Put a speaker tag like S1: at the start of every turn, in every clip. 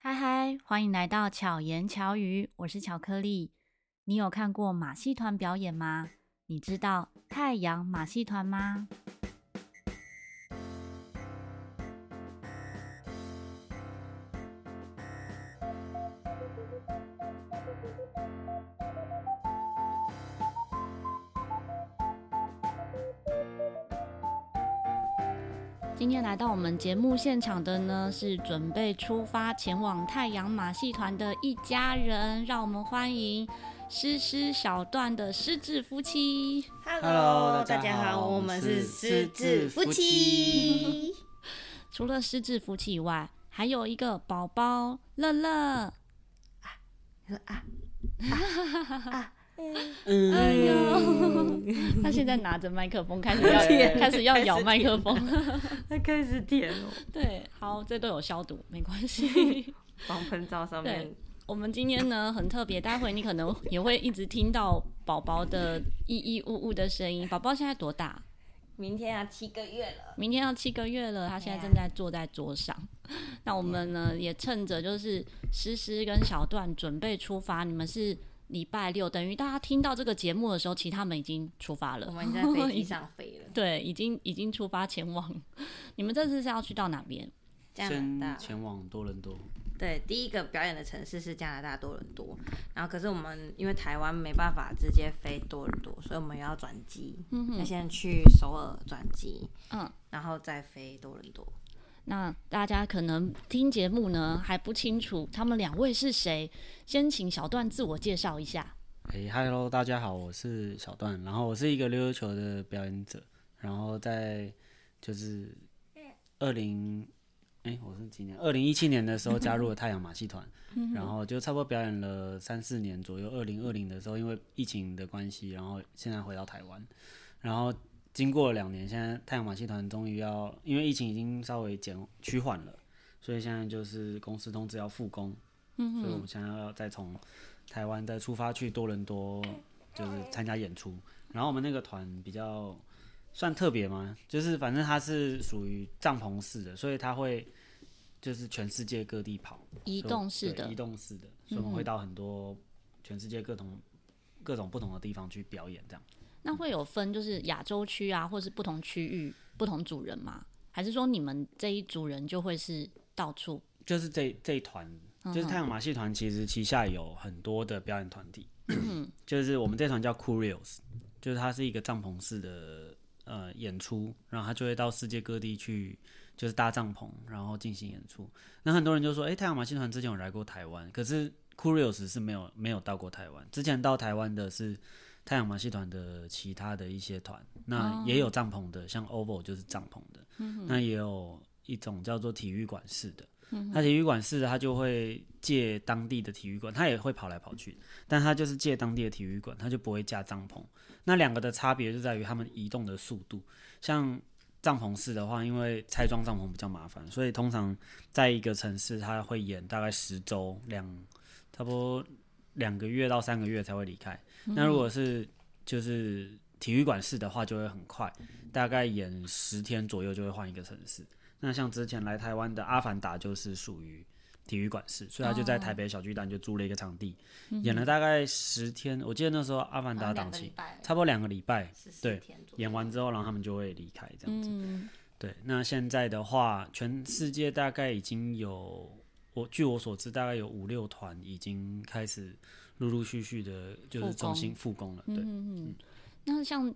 S1: 嗨，欢迎来到巧言巧语，我是巧克力。你有看过马戏团表演吗？你知道太阳马戏团吗？今天来到我们节目现场的呢，是准备出发前往太阳马戏团的一家人，让我们欢迎诗诗小段的狮子夫妻。
S2: Hello，
S3: 大
S2: 大家好
S3: 好，
S2: 我
S3: 我
S2: 们
S3: 们是
S2: 是狮
S3: 狮
S2: 子
S3: 子
S2: 夫
S3: 夫
S2: 妻
S3: 妻。
S1: 除了狮子夫妻以外，还有一个宝宝乐乐。
S2: 嗯，
S1: 哎呦， 他现在拿着麦克风， 开始要
S2: 舔
S1: 开始要咬麦克风。
S3: 他开始舔哦，
S1: 对，好，这都有消毒，没关 系。
S3: 防喷罩上面
S1: 对。我们今天呢很特别，待会你可能也会一直听到宝宝的咿咿呜呜的声音。宝宝现在多大？
S3: 明天啊，七个月了，
S1: 明天要七个月了，他现在正在坐在桌上。
S3: 嗯
S1: 那我们呢也趁着就是诗诗跟小段准备出发，你们是礼拜六，等于大家听到这个节目的时候，其实他们已经出发了。，
S3: 我们在飞机上飞 了
S1: 对，已经已经出发前往。你们这次是要去到哪边？
S3: 加
S2: 先
S3: 拿大。
S2: 前往多伦多，
S3: 对，第一个表演的城市是加拿大多伦多，然后可是我们因为台湾没办法直接飞多伦多，所以我们要转机，
S1: 嗯
S3: 要
S1: 哼，
S3: 先去首尔转机，
S1: 嗯，
S3: 然后再飞多伦多。
S1: 那大家可能听节目呢还不清楚他们两位是谁，先请小段自我介绍一下。
S2: 哎，Hello，大家好，我是小段，然后我是一个溜溜球的表演者，然后在就是二零，哎，我是几年？二零一七年的时候加入了太阳马戏团，然后就差不多表演了三四年左右。二零二零的时候，因为疫情的关系，然后现在回到台湾，然后经过了两年，现在太阳马戏团终于要，因为疫情已经稍微减趋缓了，所以现在就是公司通知要复工，所以我们现在要再从台湾再出发去多伦多，就是参加演出。然后我们那个团比较算特别吗？就是反正它是属于帐篷式的，所以它会就是全世界各地跑，
S1: 移
S2: 所以
S1: 动式
S2: 对
S1: 的嗯
S2: 移动式的，所以我们会到很多全世界各种各种不同的地方去表演，这样。
S1: 那会有分就是亚洲区啊，或是不同区域、不同组人吗？还是说你们这一组人就会是到处？
S2: 就是这这一团，就是太阳马戏团，其实旗下有很多的表演团体， 就是我们这团叫 Curios，就是它是一个帐篷式的呃演出，然后它就会到世界各地去，就是搭帐篷，然后进行演出。那很多人就说，哎、太阳马戏团之前有来过台湾，可是 Curios 是没有没有到过台湾，之前到台湾的是。太阳马戏团的其他的一些团，那也有帐篷的，像 OVO 就是帐篷的，那也有一种叫做体育馆式的，他体育馆是他就会借当地的体育馆，他也会跑来跑去，但他就是借当地的体育馆，他就不会架帐篷。那两个的差别就在于他们移动的速度。像帐篷式的话，因为拆装帐篷比较麻烦，所以通常在一个城市，他会演大概十周两，差不多两个月到三个月才会离开。那如果是就是体育馆式的话，就会很快，大概演十天左右就会换一个城市。那像之前来台湾的《阿凡达》就是属于体育馆式，所以他就在台北小巨蛋就租了一个场地，演了大概十天。我记得那时候《阿凡达》档期
S3: 拜
S2: 差不多两个礼拜，
S3: 四
S2: 对
S3: 天左右
S2: 演完之后，然后他们就会离开这样子。
S1: 嗯，
S2: 对，那现在的话，全世界大概已经有，我据我所知，大概有五六团已经开始陆陆续续的，就
S1: 复
S2: 是重
S1: 工嗯
S2: 新复工了。对，
S1: 那像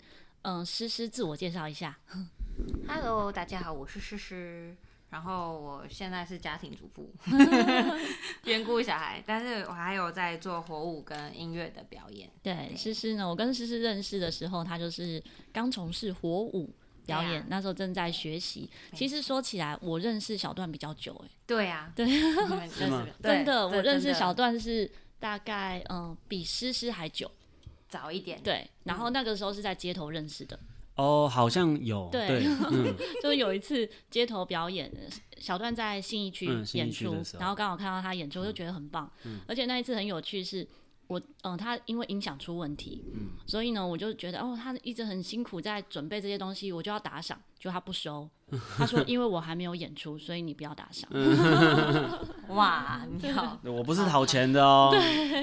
S1: 嗯、呃诗诗自我介绍一下。
S3: Hello，大家好，我是诗诗。然后我现在是家庭 主妇，兼顾小孩，但是我还有在做火舞跟音乐的表演。
S1: 对，
S3: 对
S1: 诗诗呢，我跟诗诗认识的时候，她就是刚从事火舞表
S3: 对
S1: 演，
S3: 啊
S1: 那时候正在学习。其实说起来，我认识小段比较久、欸，
S3: 对 呀、
S1: 对
S3: 你们认识
S2: 吗
S3: 吗对，
S1: 真的，
S3: 对
S1: 我认
S3: 真
S1: 识
S3: 的
S1: 小段是大概嗯、比诗诗还久，
S3: 早一点，
S1: 对。然后那个时候是在街头认识 的，
S2: 哦，好像有，
S1: 对
S2: 嗯，
S1: 就是有一次街头表演，小段在信义区
S2: 嗯信义
S1: 演
S2: 区
S1: 出，
S2: 的时候嗯
S1: 然后刚好看到他演出，就觉得很棒。而且那一次很有趣是。我嗯、呃他因为音响
S2: 嗯
S1: 出问题，所以呢，我就觉得哦，他一直很辛苦在准备这些东西，我就要打赏，就就他不 收，他说因为我还没有演出，所以你不要打赏。
S2: 嗯
S3: 哇，你 好，
S2: 我不是讨钱的哦，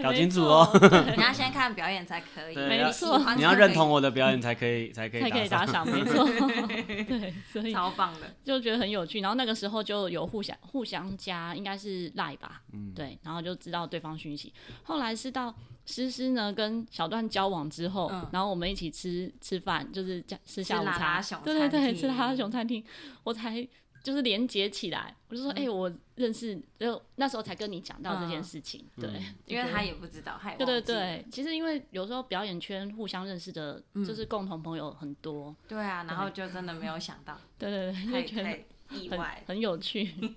S2: 搞清楚哦，
S3: 你要先看表演才可以，
S2: 对
S1: 没
S3: 你喜欢
S1: 错
S3: 就
S2: 你要 认同
S3: 可
S2: 我的表演才可以，才 可
S1: 才 可以
S2: 以
S1: 打
S2: 打
S1: 赏，没错，对，所
S3: 以，
S1: 以
S3: 超棒的，
S1: 就觉得很有趣。然后那个时候就有互相互相加，应该是赖吧，对，然后就知道对方讯息。后来是到诗诗呢跟小段交往之后，
S3: 嗯
S1: 然后我们一起吃吃饭，就是加吃下午
S3: 拉
S1: 茶，
S3: 拉熊
S1: 对对对，
S3: 餐
S1: 吃拉拉
S3: 厅
S1: 熊餐厅，我才。就是连接起来，我就说，哎、我认识，就那时候才跟你讲到这件
S3: 嗯
S1: 事情，对，
S3: 因为
S1: 就
S3: 他也不知道，他也
S1: 对对
S3: 忘记了
S1: 对，其实因为有时候表演圈互相认识的，
S3: 嗯
S1: 就是共同朋友很多，
S3: 对啊，然后就真的没有想到，
S1: 对对对，
S3: 太
S1: 就觉得
S3: 太意
S1: 很
S3: 外，
S1: 很有趣。所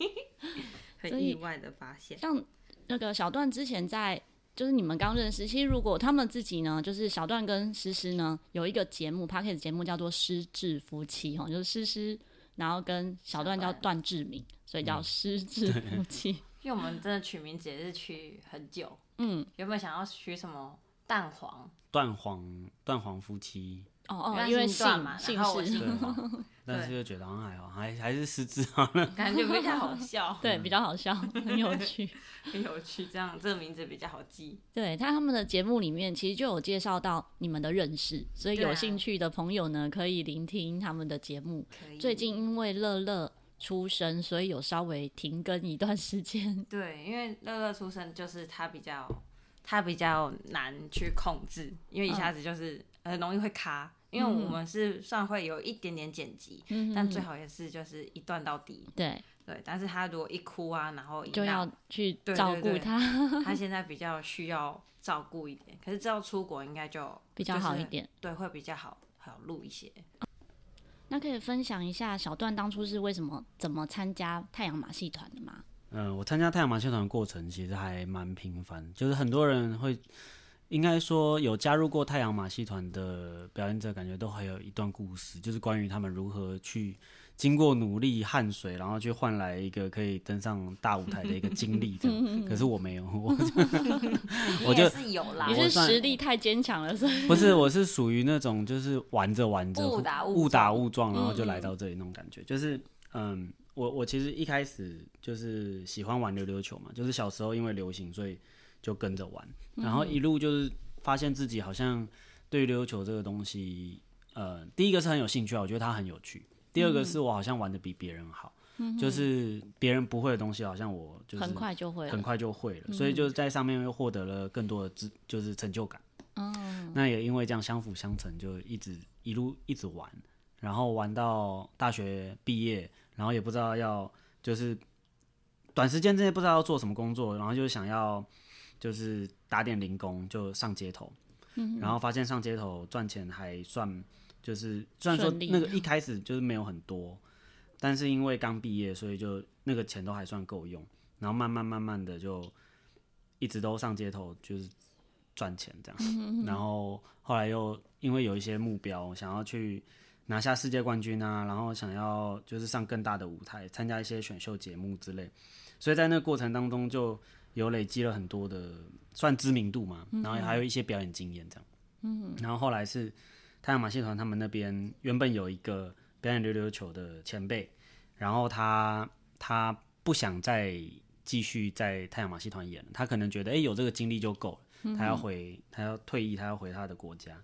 S3: 很
S1: 以
S3: 意外的发现，
S1: 像那个小段之前在，就是你们刚认识，其实如果他们自己呢，就是小段跟诗诗呢有一个节目 p a c k e t 节目叫做《失智夫妻》哈，就是诗诗，然后跟小段叫
S3: 小段
S1: 段志明，所以叫失智夫妻。
S3: 因为我们真的取名字也是取很久，
S1: 嗯，
S3: 原本想要取什么蛋黄，
S2: 断黄断黄夫妻，
S1: 哦哦，
S3: 他
S1: 因为
S3: 姓
S1: 姓
S3: 段嘛，
S1: 姓
S3: 然后我
S1: 氏
S3: 姓
S2: 对
S3: 黄，
S2: 但是就觉得好像还好，还还是失智好了。
S3: 感觉比较好 笑，
S1: 对比较好笑，很有 趣。
S3: 很有趣，这样这个名字比较好记。
S1: 对，他他们的节目里面其实就有介绍到你们的认识，所以
S3: 对啊
S1: 有兴趣的朋友呢，可以聆听他们的节目。
S3: 可以
S1: 最近因为乐乐出生，所以有稍微停更一段时间。
S3: 对，因为乐乐出生就是他比较他比较难去控制，因为一
S1: 嗯
S3: 下子就是很容易会卡。因为我们是算会有一点点剪辑，
S1: 嗯
S3: 但最好也是就是一段到底。
S1: 对，
S3: 对，但是他如果一哭啊，然后一
S1: 就
S3: 闹
S1: 要去
S3: 对
S1: 照
S3: 对
S1: 顾
S3: 对
S1: 他
S3: 他现在比较需要照顾一点，可是知道出国应该就
S1: 比较好一，点。
S3: 就是对，会比较好好录一些。
S1: 那可以分享一下小段当初是为什么怎么参加太阳马戏团的吗？
S2: 嗯，我参加太阳马戏团的过程其实还蛮频繁，就是很多人会，应该说有加入过太阳马戏团的表演者，感觉都还有一段故事，就是关于他们如何去经过努力汗水，然后去换来一个可以登上大舞台的一个经历。这样，可是我没有，我我
S3: 你也
S2: 就是
S3: 有啦
S1: 你，
S2: 啊我
S1: 是
S2: 算
S1: 实力太坚强了，所以
S2: 不是，我是属于那种就是玩着玩着
S3: 误打误
S2: 误打
S3: 撞嗯
S2: 误撞，然后就来到这里那种感觉。就是嗯，我我其实一开始就是喜欢玩溜溜球嘛，就是小时候因为流行，所以就跟着玩，然
S3: 嗯
S2: 后一路就是发现自己好像对溜溜球这个东西，呃，第一个是很有兴趣啊，我觉得它很有趣。第
S3: 嗯
S2: 二个是我好像玩的比别人好，就是别人不会的东西，好像我就是
S1: 很快就会
S2: 很
S1: 了。嗯
S2: 快就会了，所以就是在上面又获得了更多的知，就是成就感。嗯，那也因为这样相辅相成，就一直一路一直玩，然后玩到大学毕业，然后也不知道要就是短时间之内不知道要做什么工作，然后就想要就是打点零工，就上街头。
S1: 嗯
S2: 然后发现上街头赚钱还算，就是虽然说
S1: 顺利
S2: 那个一开始就是没有很多，但是因为刚毕业，所以就那个钱都还算够用。然后慢慢慢慢的就一直都上街头，就是赚钱这
S1: 嗯
S2: 样。然后后来又因为有一些目标，想要去拿下世界冠军啊，然后想要就是上更大的舞台，参加一些选秀节目之类。所以在那个过程当中，就有累积了很多的算知名度嘛，然后还有一些表演经验这样。嗯，然后后来是太阳马戏团他们那边原本有一个表演溜溜球的前辈，然后他他不想再继续在太阳马戏团演了，他可能觉得哎、诶有这个经历就够了，他要回他要退役，他要回他的国家，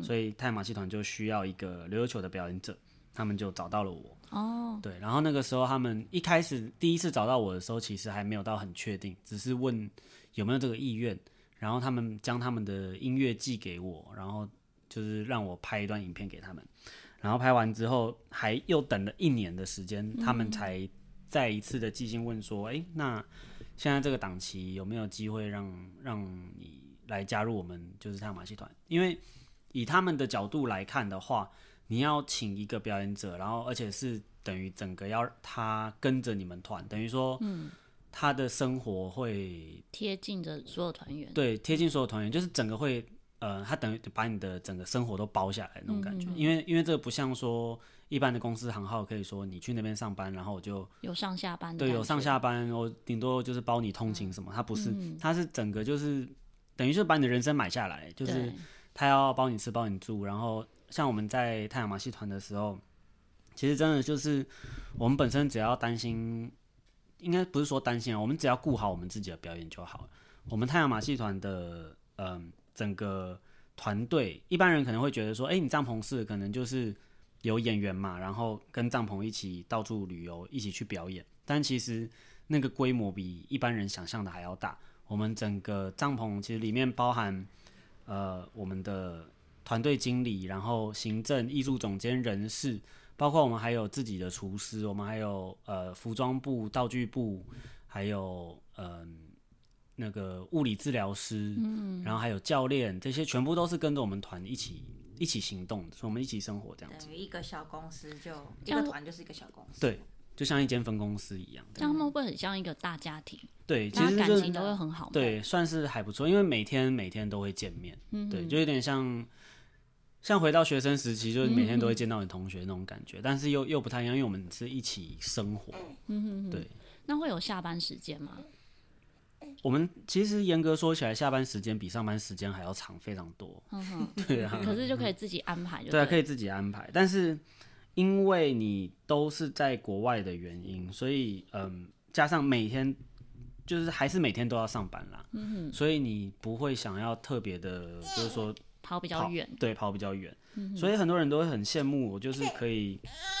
S2: 所以太阳马戏团就需要一个溜溜球的表演者，他们就找到了我。哦，对，然后那个时候他们一开始第一次找到我的时候，其实还没有到很确定，只是问有没有这个意愿，然后他们将他们的音乐寄给我，然后就是让我拍一段影片给他们。然后拍完之后，还又等了一年的时间，他们才再一次的寄信问说：“哎、那现在这个档期有没有机会让让你来加入我们就是太阳马戏团？”因为以他们的角度来看的话，你要请一个表演者，然后而且是等于整个要他跟着你们团，等于说，他的生活会
S1: 贴近着所有团员，
S2: 对，贴近所有团员，就是整个会，呃，他等于把你的整个生活都包下来那种感觉。因为因为这个不像说一般的公司行号，可以说你去那边上班，然后我就
S1: 有上下班的
S2: 对
S1: 感觉，
S2: 有上下班，我顶多就是包你通勤什么。他不是，他是整个就是等于是把你的人生买下来，就是
S1: 对
S2: 他要包你吃包你住，然后像我们在太阳马戏团的时候，其实真的就是我们本身只要担心，应该不是说担心啊，我们只要顾好我们自己的表演就好了。我们太阳马戏团的嗯、整个团队，一般人可能会觉得说，哎、你帐篷式可能就是有演员嘛，然后跟帐篷一起到处旅游，一起去表演。但其实那个规模比一般人想象的还要大。我们整个帐篷其实里面包含呃我们的团队经理，然后行政、艺术总监、人事，包括我们还有自己的厨师，我们还有呃服装部、道具部，还有嗯、那个物理治疗师，嗯，然后还有教练，这些全部都是跟着我们团一起一起行动的，所以我们一起生活这样子，
S3: 等于一个小公司就一
S1: 这样
S3: 个团就是一个小公司，
S2: 对就像一间分公司一样。
S1: 这样他们会不会很像一个大家庭？
S2: 对，其
S1: 大
S2: 实
S1: 家感
S2: 就是
S1: 情都会很好。，
S2: 对，算是还不错，因为每天每天都会见面，
S1: 嗯
S2: 对，就有点像像回到学生时期，就是每天
S1: 嗯
S2: 都会见到你同学那种感觉，但是又又不太一样，因为我们是一起生活，
S1: 嗯
S2: 对。
S1: 那会有下班时间吗？
S2: 我们其实严格说起来，下班时间比上班时间还要长非常多，
S1: 嗯哼，
S2: 对啊，
S1: 可是就可以自己安排就
S2: 对啊，可
S1: 以。
S2: 以自己安排，但是因为你都是在国外的原因，所以嗯，加上每天就是还是每天都要上班啦，嗯、所以你不会想要特别的，就是说
S1: 跑比较
S2: 跑
S1: 远，嗯
S2: 对，跑比较远，所以很多人都会很羡慕我，就是可以。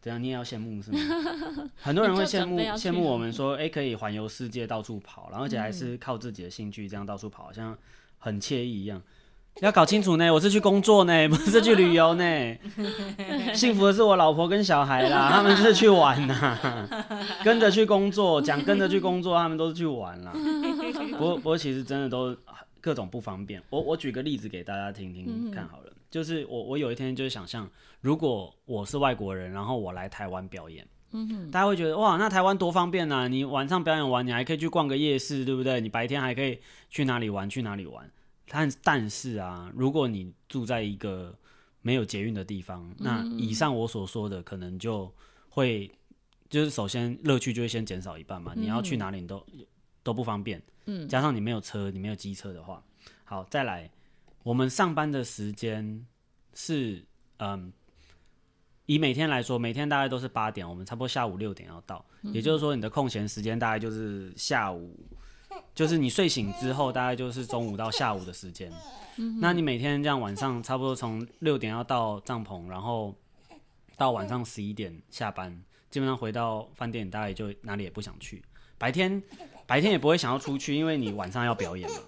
S2: 怎样？你也要羡慕是吗？ 很多人会羡
S1: 你就准
S2: 慕
S1: 备要去嗯
S2: 羡慕我们说，哎、可以环游世界到处跑，然后而且还是靠自己的兴趣这样到处跑，好像很惬意一样。要搞清楚呢，我是去工作呢，不是去旅游呢。 幸福的是我老婆跟小孩啦，他们是去玩呐，跟着去工作，讲跟着去工作，他们都是去玩啦。不过不过其实真的都各种不方便。我我举个例子给大家听听看好了，就是我我有一天就是想象，如果我是外国人，然后我来台湾表演。大家会觉得哇，那台湾多方便啊！你晚上表演完，你还可以去逛个夜市，对不对？你白天还可以去哪里玩？去哪里玩？但但是啊，如果你住在一个没有捷运的地方，那以上我所说的可能就会，就是首先乐趣就会先减少一半嘛。你要去哪里你都都不方便，嗯，加上你没有车，你没有机车的话，好，再来，我们上班的时间是，嗯，以每天来说，每天大概都是八点，我们差不多下午六点要到，也就是说你的空闲时间大概就是下午。就是你睡醒之后，大概就是中午到下午的时间。那你每天这样晚上差不多从六点要到帐篷，然后到晚上十一点下班，基本上回到饭店，大概就哪里也不想去。白天白天也不会想要出去，因为你晚上要表演嘛。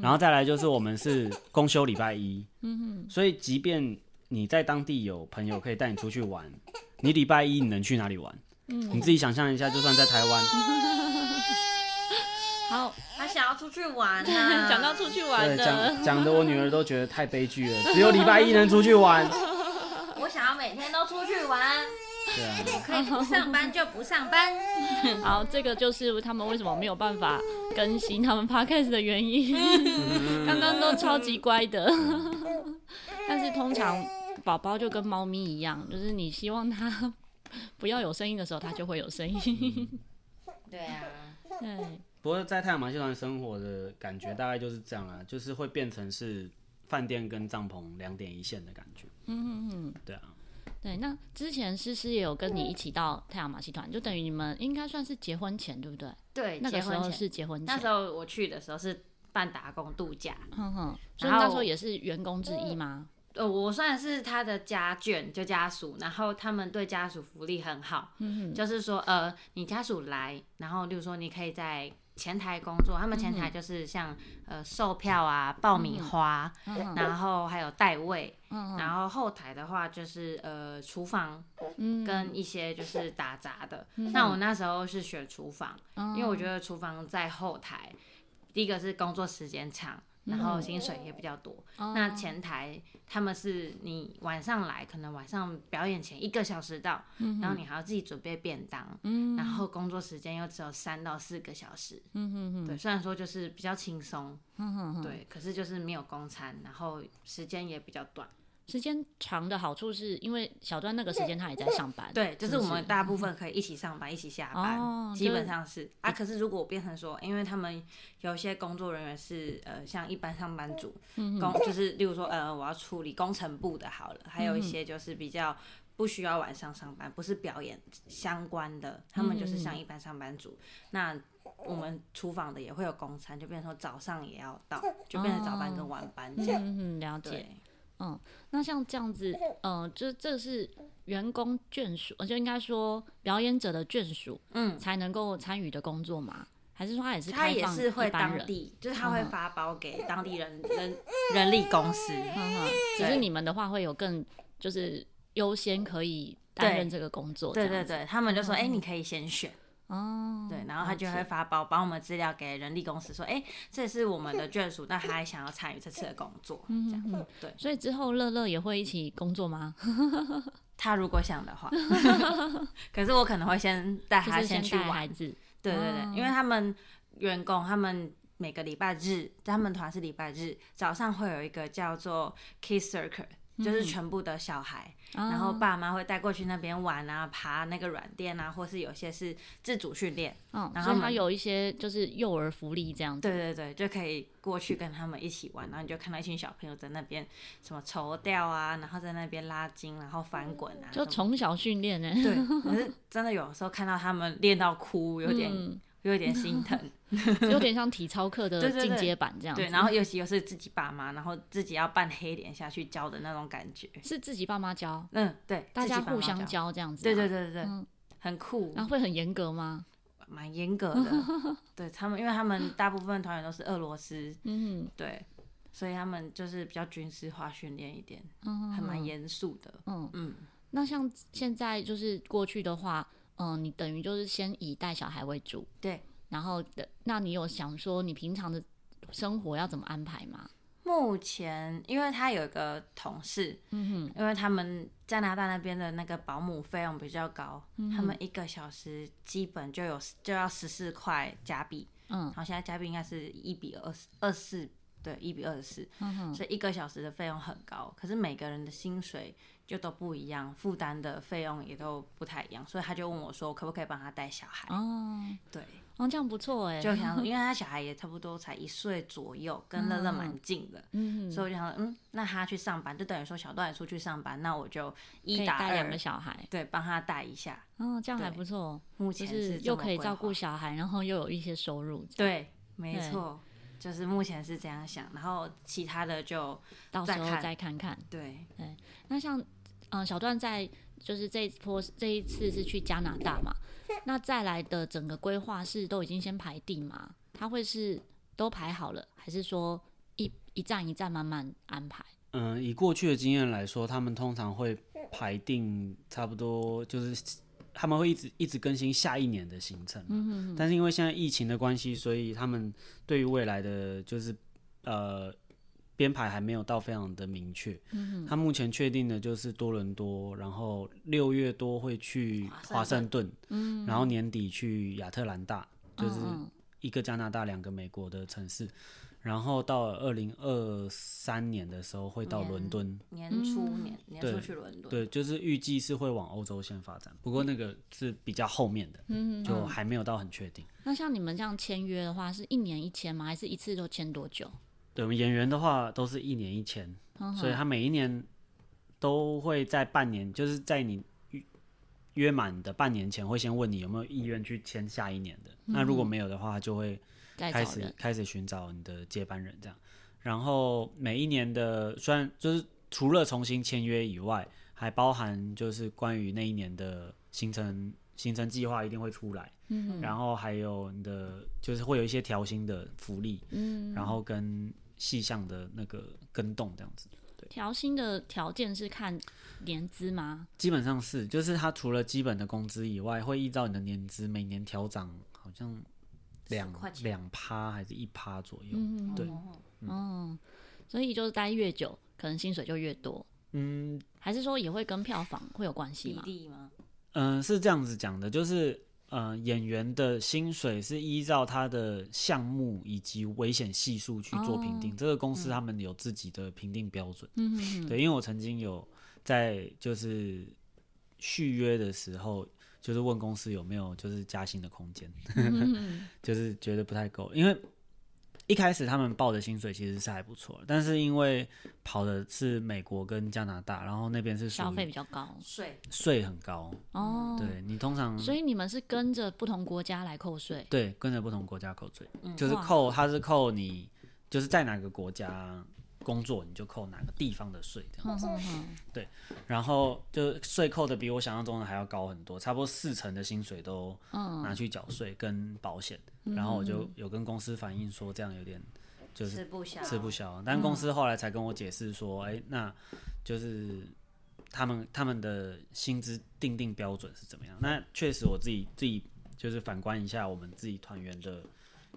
S2: 然后再来就是我们是公休礼拜一，所以即便你在当地有朋友可以带你出去玩，你礼拜一你能去哪里玩？
S1: 嗯
S2: 你自己想象一下，就算在台湾，
S1: 好，
S3: 他想要出去玩 啊，
S1: 讲到出去玩
S2: 对
S1: 的，
S2: 讲讲的我女儿都觉得太悲剧了，只有礼拜一能出去 玩。
S3: 我想要每天都出去玩，
S2: 对啊。
S3: 可以不上班就不上班。
S1: 好，这个就是他们为什么没有办法更新他们 podcast 的原因。
S2: 嗯
S1: 刚刚都超级乖的， 但是通常宝宝就跟猫咪一样，就是你希望它不要有声音的时候，它就会有声音。
S3: 对啊，
S1: 对，
S2: 不过在太阳马戏团生活的感觉大概就是这样啊，就是会变成是饭店跟帐篷两点一线的感觉。
S1: 嗯嗯嗯，
S2: 对啊，
S1: 对。那之前诗诗也有跟你一起到太阳马戏团，就等于你们应该算是结婚前，对不对？
S3: 对，
S1: 那个
S3: 结
S1: 时
S3: 婚
S1: 候
S3: 前
S1: 是结婚前，
S3: 那时候我去的时候是办打工度假，
S1: 哼哼，所以
S3: 然后
S1: 那时候也是员工之一吗？
S3: 呃，我算是他的家眷，就家属，然后他们对家属福利很好，就是说，呃，你家属来，然后例如说你可以在前台工作，他们前台就是像、呃售票啊、爆米花，
S1: 嗯嗯
S3: 然后还有代位，
S1: 嗯
S3: 然后后台的话就是呃厨房
S1: 嗯，
S3: 跟一些就是打杂的。那我那时候是选厨房，
S1: 嗯
S3: 因为我觉得厨房在后台，第一个是工作时间长，
S1: 嗯
S3: 然后薪水也比较多。
S1: 哦
S3: 那前台他们是你晚上来，可能晚上表演前一个小时到，
S1: 嗯
S3: 然后你还要自己准备便当，然后工作时间又只有三到四个小时。
S1: 嗯
S3: 对，虽然说就是比较轻松，对，可是就是没有公餐，然后时间也比较短。
S1: 时间长的好处是因为小段那个时间他也在上班，
S3: 对，就是
S1: 不
S3: 我们大部分可以一起上班、一起下班，
S1: 哦
S3: 基
S1: 就是
S3: 本上是啊。可是如果我变成说，因为他们有些工作人员是呃，像一般上
S1: 嗯嗯
S3: 班族，工就是例如说呃，我要处理工程部的，好了，还有一些就是比较不需要晚上上班，不是表演相关的，他
S1: 嗯
S3: 们就是像一般上班族。那我们厨房的也会有公餐，就变成说早上也要到，就变成早班跟晚班这样。
S1: 嗯，了解。
S3: 对，
S1: 嗯，那像这样子，嗯、呃，就这是员工眷属，呃就应该说表演者的眷属
S3: 嗯，
S1: 才能够参与的工作吗？还是说他也是
S3: 他
S1: 开
S3: 也
S1: 放
S3: 是会
S1: 一般
S3: 当
S1: 人？
S3: 地，就是他会发包给当地人人人力公司。
S1: 嗯哼，只
S3: 对
S1: 是你们的话会有更就是优先可以担任这个工作，
S3: 对
S1: 这
S3: 对
S1: 样子，
S3: 对，他们就说，哎、你可以先选，
S1: 哦，
S3: 对，然后他就
S1: 了
S3: 会
S1: 解
S3: 发包把我们资料给人力公司，说，哎、这是我们的眷属，但他还想要参与这次的工作，这样，对，
S1: 嗯所以之后乐乐也会一起工作吗？
S3: 他如果想 的话，可是我可能会先带
S1: 就
S3: 他嗯
S1: 是
S3: 去
S1: 带
S3: 玩
S1: 孩，子，
S3: 对对
S1: 哦
S3: 对，因为他们员工他们。每个礼拜日，他们团是礼拜日早上会有一个叫做 Kids Circle，、就是全部的小孩，然后
S1: 哦
S3: 爸妈会带过去那边玩啊，爬那个软垫啊，或是有些是自主训练，
S1: 嗯，
S3: 然后
S1: 所以
S3: 他
S1: 他
S3: 们
S1: 有一些就是幼儿福利这样子，
S3: 对对对，就可以过去跟他们一起玩，然后你就看到一群小朋友在那边什么绸吊啊，然后在那边拉筋，然后翻滚啊，
S1: 就
S3: 什么
S1: 从小训练呢。
S3: 对，可是真的有时候看到他们练到哭，有点、
S1: 嗯，
S3: 有点心疼，
S1: 有点像体操课的
S3: 对对对
S1: 进阶版 这样子。
S3: 对，然后尤其又是自己爸妈，然后自己要扮黑脸下去教的那种感觉，
S1: 是自己爸妈教，
S3: 嗯，对，
S1: 大
S3: 自己
S1: 家
S3: 爸妈
S1: 互相
S3: 教，
S1: 教这样子。
S3: 对对。对对对，
S1: 嗯
S3: 很酷，
S1: 然后会很严格吗？
S3: 蛮严格的，对他们，因为他们大部分团员都是俄罗斯，
S1: 嗯
S3: 对，所以他们就是比较军事化训练一点，
S1: 嗯，
S3: 还蛮
S1: 嗯。
S3: 严肃的。
S1: 嗯，
S3: 嗯，
S1: 那像现在就是过去的话，嗯、你等于就是先以带小孩为主，
S3: 对。
S1: 然后的，那你有想说你平常的生活要怎么安排吗？
S3: 目前因为他有一个同事，
S1: 嗯
S3: 因为他们加拿大那边的那个保姆费用比较高，
S1: 嗯
S3: 他们一个小时基本就有就要十四块加币，
S1: 哼，嗯
S3: 然后现在加币应该是一比二二四，对，一比二十四，
S1: 嗯哼，
S3: 所以一个小时的费用很高，可是每个人的薪水就都不一样，负担的费用也都不太一样，所以他就问我说，可不可以帮他带小孩？
S1: 哦，
S3: 对，
S1: 哦，这样不错哎，
S3: 就想说，因为他小孩也差不多才一岁左右，跟乐乐蛮近的，
S1: 嗯，
S3: 所以我就想说，嗯，那他去上班，就等于说小段也出去上班，那我就
S1: 可
S3: 一
S1: 以
S3: 打
S1: 带两
S3: 二
S1: 个，小孩，
S3: 对，帮他带一下。
S1: 哦，这样还
S3: 对
S1: 不错，
S3: 目
S1: 就
S3: 前
S1: 是
S3: 这
S1: 又
S3: 么
S1: 可以照顾
S3: 规划，
S1: 小孩，然后又有一些收入，，
S3: 对，没
S1: 对
S3: 错，就是目前是这样想，然后其他的就
S1: 到时
S3: 再
S1: 候
S3: 看
S1: 再看看。
S3: 对，
S1: 那像呃小段在就是这一波这一次是去加拿大嘛，那再来的整个规划是都已经先排定嘛？他会是都排好了，还是说一一站一站慢慢安排？
S2: 嗯，以过去的经验来说，他们通常会排定差不多，就是他们会一直一直更新下一年的行程。嗯但是因为现在疫情的关系，所以他们对于未来的就是呃编排还没有到非常的明确。嗯他目前确定的就是多伦多，然后六月多会去华
S3: 华盛
S2: 盛顿，嗯，然后年底去亚特兰大，就是
S1: 嗯
S2: 一个加拿大、两个美国的城市，然后到二零二三年的时候会到伦敦。
S3: 年初
S1: 嗯
S3: 年年
S2: 对
S3: 初去伦敦，
S2: 对，就是预计是会往欧洲先发展，不过那个是比较后面的，
S1: 嗯嗯
S2: 就还没有到很确定。
S1: 那像你们这样签约的话，是一年一签吗？还是一次就签多久？
S2: 对我们演员的话都是一年一签，
S1: 嗯
S2: 所以他每一年都会在半年，就是在你约约满的半年前会先问你有没有意愿去签下一年的。
S1: 嗯
S2: 那如果没有的话，就会
S1: 再
S2: 开
S1: 找
S2: 始
S1: 人，
S2: 开始寻找你的接班人这样。然后每一年的虽然就是除了重新签约以外，还包含就是关于那一年的行程行程计划一定会出来，
S1: 嗯
S2: 然后还有你的就是会有一些调薪的福利，
S1: 嗯，
S2: 然后跟细项的那个跟动这样子。
S1: 调薪的条件是看年资吗？
S2: 基本上是，就是它除了基本的工资以外，会依照你的年资每年调涨，好像两
S3: 10块钱
S2: 两趴还是一趴左右。
S1: 嗯，
S2: 对
S3: 哦
S1: 哦，所以就是待越久，可能薪水就越多，
S2: 嗯，
S1: 还是说也会跟票房会有关系
S3: 比
S1: 吗？
S3: 例吗？
S2: 嗯、是这样子讲的，就是呃，演员的薪水是依照他的项目以及危险系数去做评定。这个公司他们有自己的评定标准。
S1: 哦嗯哼
S2: 对，因为我曾经有在就是续约的时候，就是问公司有没有就是加薪的空间，
S1: 哼，嗯哼
S2: 就是觉得不太够，因为一开始他们报的薪水其实是还不错，但是因为跑的是美国跟加拿大，然后那 边是属于
S1: 消费比较高
S3: 税
S2: 税很高，
S1: 哦。
S2: 对你通常
S1: 所以你们是跟着不同国家来扣税，
S2: 对跟着不同国家扣税，
S3: 嗯
S2: 就是
S1: 哇
S2: 扣它是扣你就是在哪个国家工作你就扣哪个地方的税这样，
S3: 嗯
S1: 哼哼哼
S2: 然后就税扣的比我想象中的还要高很多，差不多四成的薪水都
S1: 嗯，
S2: 拿去缴税跟保险，然后我就有跟公司反映说这样有点就是
S3: 吃不消，
S2: 吃不消。但公
S3: 嗯
S2: 司后来才跟我解释说，哎、那就是他们他们的薪资定定标准是怎么样？那确实我自己自己就是反观一下我们自己团员的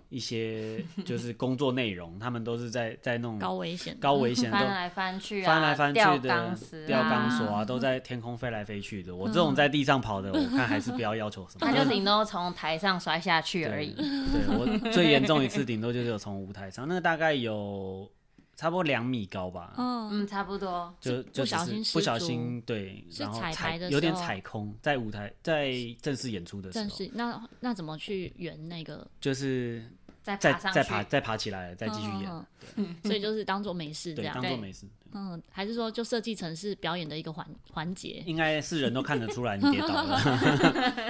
S2: 一些就是工作内容，他们都是在在那种
S1: 高危险，
S2: 高危险
S3: 翻
S2: 的。
S3: 来翻去啊，
S2: 翻来翻去
S3: 吊
S2: 的
S3: 钢丝啊嗯
S2: 吊钢索啊，都在天空飞来飞去的。我这种在地上跑的，我看还是不要要求 什么。
S3: 他就顶多从台上摔下去而已。
S2: 对我最严重一次，顶多就是有从舞台上，那个大概有差不多两米高吧，
S1: 嗯，
S3: 嗯，差不多。
S2: 就
S1: 不
S2: 就只
S1: 小心
S2: 是不
S1: 失
S2: 小
S1: 足
S2: 心对，
S1: 是
S2: 然后
S1: 彩排的
S2: 有点
S1: 时候
S2: 踩空，在舞台在正式演出的时
S1: 正
S2: 候，
S1: 式那那怎么去圆那个？
S2: 就是
S3: 再
S2: 再
S3: 爬上去，
S2: 再爬再爬起来，再继续演，
S1: 嗯，嗯所以就是当做没事这
S2: 对，
S1: 样
S2: 当。做
S3: 对
S2: 没事，
S1: 嗯，还是说就设计成是表演的一个环环节？
S2: 应该是人都看得出来你跌 倒了，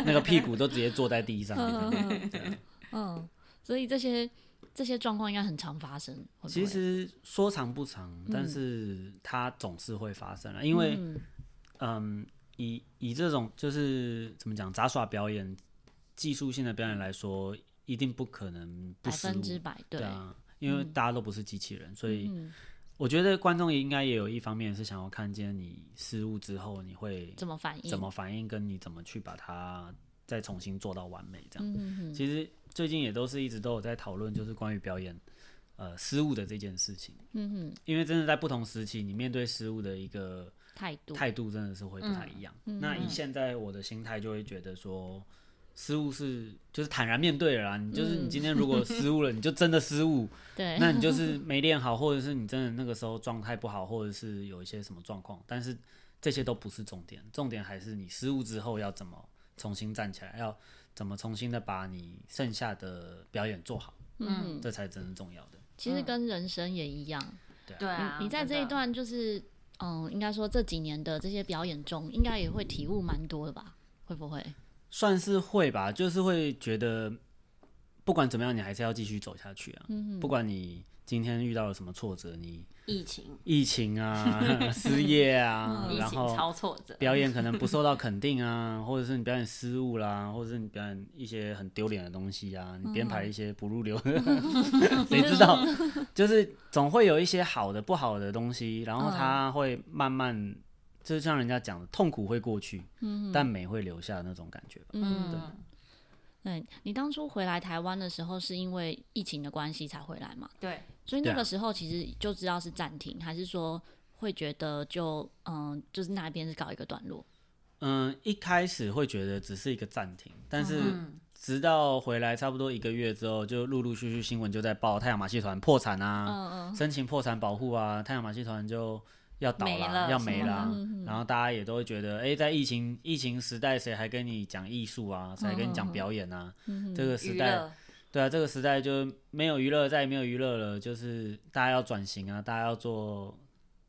S2: 那个屁股都直接坐在地上。对啊
S1: 嗯，所以这些这些状况应该很常发生。会不会
S2: 其，实说长不长，但是它总是会发生啊，因为
S1: 嗯
S2: 嗯，以以这种就是怎么讲杂耍表演、技术性的表演来说，一定不可能不
S1: 百
S2: 失误
S1: 分之百对
S2: 对，啊，因为大家都不是机器人，所以
S1: 嗯，
S2: 我觉得观众也应该也有一方面是想要看见你失误之后你会
S1: 怎么反应？
S2: 怎么反应，跟你怎么去把它再重新做到完美这样。
S1: 嗯？嗯嗯
S2: 其实最近也都是一直都有在讨论，就是关于表演呃失误的这件事情，
S1: 嗯嗯，
S2: 因为真的在不同时期，你面对失误的一个
S1: 态度，嗯
S2: 态度真的是会不太一样。那以现在我的心态就会觉得说，失误是就是坦然面对了啦。啊你就是
S1: 嗯
S2: 你今天如果失误了，你就真的失误，
S3: 哎
S1: 对，
S2: 那 你就是没练好，或者是你真的那个时候状态不好，或者是有一些什么状况，但是这些都不是重点，重点还是你失误之后要怎么重新站起来，要怎么重新的把你剩下的表演做好，
S1: 嗯，
S2: 这才真正重要的。
S1: 其实跟人生也一样。
S3: 嗯对啊，
S1: 你你在这一
S3: 真的
S1: 段就是，嗯，应该说这几年的这些表演中，应该也会体悟蛮多的吧？会不会？
S2: 算是会吧，就是会觉得不管怎么样，你还是要继续走下去啊。
S3: 嗯
S2: 不管你今天遇到了什么挫折，你
S3: 疫情，
S2: 疫情 啊、失业啊，
S3: 嗯疫
S2: 然
S3: 情
S2: 后
S3: 超挫折，
S2: 表演可能不受到肯定啊，或者是你表演失误啦，或者是你表演一些很丢脸的东西啊，你编排一些不入流的， 谁知道？ 就是总会有一些好的、不好的东西，然后它会慢慢。就像人家讲的，痛苦会过去，但美会留下那种感觉吧。
S3: 嗯，
S1: 对你当初回来台湾的时候，是因为疫情的关系才回来嘛？
S3: 对，
S1: 所以那
S2: 对
S1: 个
S2: 啊
S1: 时候其实就知道是暂停，还是说会觉得就嗯，就是那边是搞一个段落？
S2: 嗯，一开始会觉得只是一个暂停，但是
S3: 嗯，
S2: 直到回来差不多一个月之后，就陆陆续续新闻就在报太阳马戏团破产啊，
S1: 嗯嗯
S2: 申请破产保护啊，太阳马戏团就要倒
S3: 没
S2: 啦，
S3: 了
S2: 要没啦
S1: 什么的嗯嗯。
S2: 然后大家也都会觉得，哎、在疫情疫情时代，谁还跟你讲艺术啊？谁还跟你讲表演啊？
S1: 嗯
S2: 这
S1: 嗯，
S2: 个时
S3: 娱
S2: 代，
S3: 乐
S2: 对啊，这个时代就没有娱乐，再也没有娱乐了，就是大家要转型啊，大家要做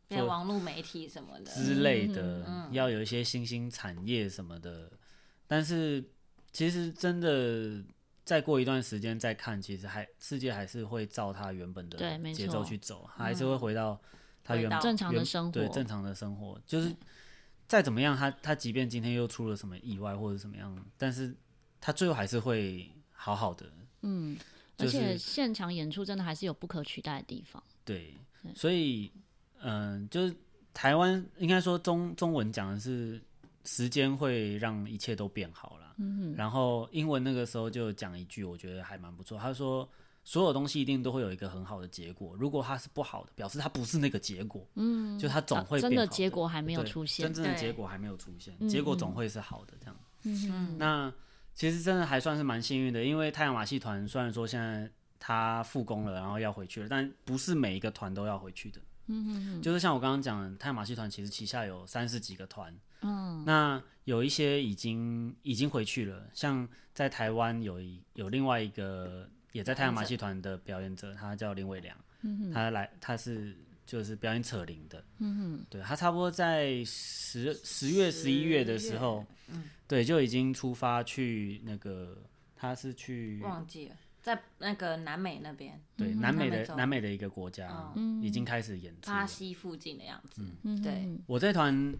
S3: 变网络媒体什么的，
S2: 之类的，
S3: 嗯
S2: 要有一些新兴产业什么的。但是其实真的再过一段时间再看，其实还世界还是会照它原本
S1: 对
S2: 的
S1: 没
S2: 节奏
S1: 错嗯
S2: 去走，它还是会回到它
S3: 回
S2: 原
S3: 到
S1: 正常的
S2: 原
S1: 生活，
S2: 对正常的生活，就是再怎么样，它它即便今天又出了什么意外或者怎么样，但是它最后还是会好好的。
S1: 嗯，而
S2: 就是
S1: 且现场演出真的还是有不可取代的地方。
S2: 对，所以嗯、就是台湾应该说中中文讲的是时间会让一切都变好啦。嗯，然后英文那个时候就讲一句，我觉得还蛮不错。他说所有东西一定都会有一个很好的结果，如果它是不好的，表示它不是那个结果。嗯，就它总
S1: 啊
S2: 会
S1: 真
S2: 变
S1: 的
S2: 好
S1: 结果还没有
S2: 对
S1: 出现
S2: 真。正的
S3: 对
S2: 结果还没有出现，结果总
S1: 嗯
S2: 会是好的这样。
S1: 嗯
S2: 那其实真的还算是蛮幸运的，因为太阳马戏团虽然说现在它复工了，然后要回去了，但不是每一个团都要回去的。嗯嗯就是像我刚刚讲的，太阳马戏团其实旗下有三十几个团，
S1: 嗯
S2: 那有一些已经已经回去了，像在台湾有一有另外一个。也在太阳马戏团的表演者，他叫林伟良，他来他是就是表演扯铃的，嗯对他差不多在十十月十一月嗯的时候，对就已经出发去那个他是去
S3: 嗯忘记了，在那个南美那边，
S2: 对嗯南
S3: 南美
S2: 美哦嗯的
S3: 洲
S2: 南美的一个国家，已经开始演出了
S3: 巴。西附近的样子，
S2: 嗯
S1: 嗯
S3: 对，
S2: 我这团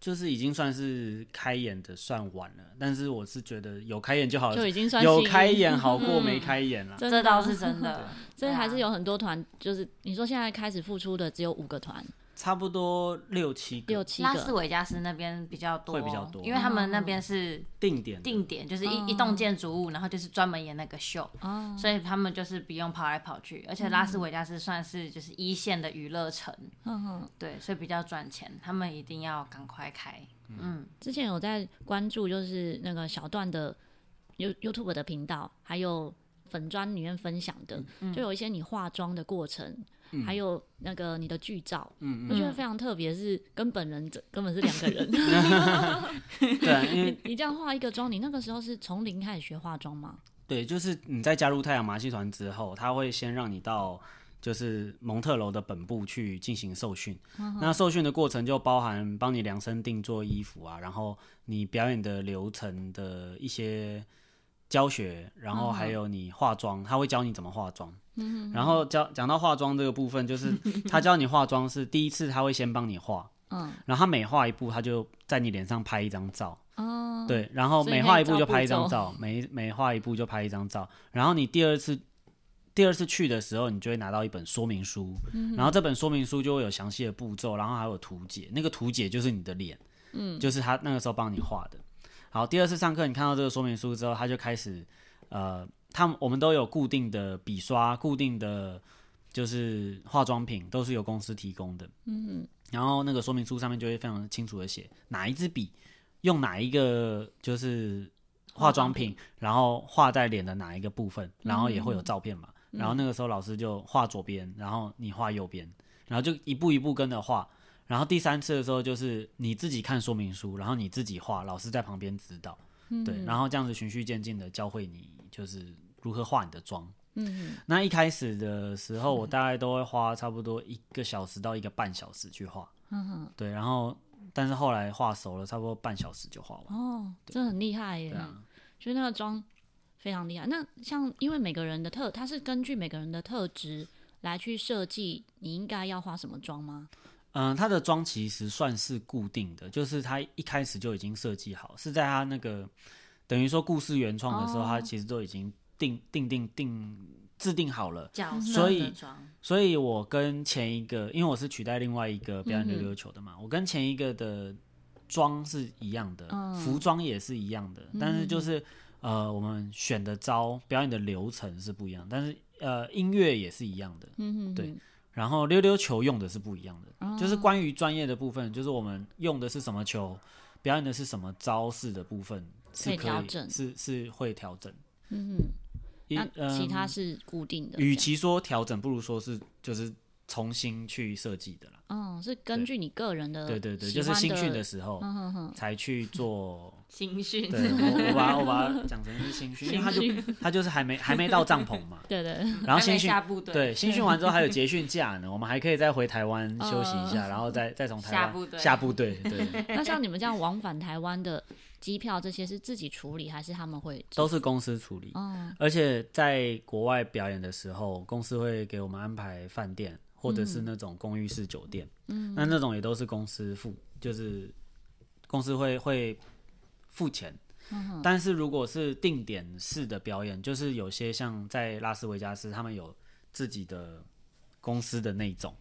S2: 就是已经算是开演的算晚了，但是我是觉得有开演就好
S1: 就
S2: 了，
S1: 已经算嗯
S2: 有
S1: 幸运
S2: 开演好过没开演啦。
S1: 真的
S3: 这倒是真 的， 啊
S1: 所以还是
S3: 有
S1: 有很多团，就是你说现在开始付出的只有五个团，
S2: 差不多六七个
S1: 六七
S3: 拉斯
S1: 个，
S3: 维加斯那边比较多，
S2: 会比较多
S3: 因为他们那边是
S2: 定点的
S3: 定点，就是一、
S2: 嗯
S3: 一栋建筑物，然后就是专门演那个秀，
S1: 哦
S3: 所以他们就是不用跑来跑去，而且拉斯维加斯算是就是一线的娱乐城，
S1: 嗯哼。
S3: 对，所以比较赚钱，他们一定要赶快开，嗯，
S1: 之前有在关注，就是那个小段的 You YouTube 的频道，还有粉砖里面分享的，
S2: 嗯
S1: 就有一些你化妆的过程，还有那个你的剧照，
S2: 嗯
S1: 我觉得非常特别，是跟本人这根本是两个人。
S2: 对啊，因为
S1: 你你这样化一个妆，你那个时候是从零开始学化妆吗？
S2: 对，就是你在加入太阳马戏团之后，他会先让你到就是蒙特楼的本部去进行受训。那受训的过程就包含帮你量身定做衣服啊，然后你表演的流程的一些教学，然后还有你化妆，他会教你怎么化妆。然后教讲到化妆这个部分，就是他教你化妆是第一次他会先帮你化，
S1: 嗯，
S2: 然后他每画一步，他就在你脸上拍一张照。
S1: 哦，
S2: 对，然后
S1: 所以
S2: 每
S1: 可以
S2: 画一步
S1: 照
S2: 就
S1: 步
S2: 拍一张
S1: 骤
S2: 照，每每画一步就拍一张照。然后你第二次第二次去的时候，你就会拿到一本说明书，
S1: 嗯
S2: 然后这本说明书就会有详细的步骤，然后还有图解，那个图解就是你的脸，嗯，就是他那个时候帮你画的。好，第二次上课，你看到这个说明书之后，他就开始呃，他们我们都有固定的笔刷，固定的就是化妆品都是由公司提供的，嗯，然后那个说明书上面就会非常清楚的写哪一支笔用哪一个就是化妆品，然后画在脸的哪一个部分，然后也会有照片嘛，然后那个时候老师就画左边，然后你画右边，然后就一步一步跟着画。然后第三次的时候，就是你自己看说明书，然后你自己画，老师在旁边指导。对，然后这样子循序渐进的教会你，就是如何化你的妆。嗯，那一开始的时候，我大概都会花差不多一个小时到一个半小时去画。嗯对，然后但是后来画熟了，差不多半小时就画完。
S1: 哦，这很厉害耶！
S2: 对啊，
S1: 所以那个妆非常厉害。那像因为每个人的特，它是根据每个人的特质来去设计你应该要化什么妆吗？
S2: 嗯，它的妆其实算是固定的，就是它一开始就已经设计好，是在它那个等于说故事原创的时候，
S1: 哦
S2: 它其实都已经定定定定制定好了。
S3: 角色
S2: 所以
S3: 的妆，
S2: 所以我跟前一个，因为我是取代另外一个表演溜溜球的嘛，我跟前一个的妆是一样的，服装也是一样的，但是就是呃，我们选的招、表演的流程是不一样，但是呃，音乐也是一样的，
S1: 嗯哼
S2: 对然后溜溜球用的是不一样的，
S1: 哦
S2: 就是关于专业的部分，就是我们用的是什么球，表演的是什么招式的部分是
S1: 可以
S2: 可以
S1: 调整
S2: 是是会调整。一
S1: 那
S2: 嗯
S1: 其他是固定的，这
S2: 与
S1: 样
S2: 其说调整，不如说是就是重新去设计的啦。
S1: 嗯是根据你个人的
S2: 对对对，
S1: 呃喜
S2: 就是
S1: 欢
S2: 新训
S1: 的嗯
S2: 的时候才去 做。
S3: 新训，
S2: 对，我我把我把它讲成是新训，因为他就他就是还没还没到帐篷嘛，
S1: 对 对对
S2: 然后
S3: 还没
S2: 新训
S3: 下部队，
S2: 对新训完之后还有结训假呢，我们还可以再回台湾休息一下，然后再再从台湾
S3: 嗯下部队
S2: 下部队，对，
S1: 那像你们这样往返台湾的机票这些是自己处理还是他们会？
S2: 都是公司处理。
S1: 嗯
S2: 而且在国外表演的时候，公司会给我们安排饭店或者是那种公寓式酒店，嗯，那那种也都是公司付，就是公司会会付钱。但是如果是定点式的表演，就是有些像在拉斯维加斯，他们有自己的公司的那种，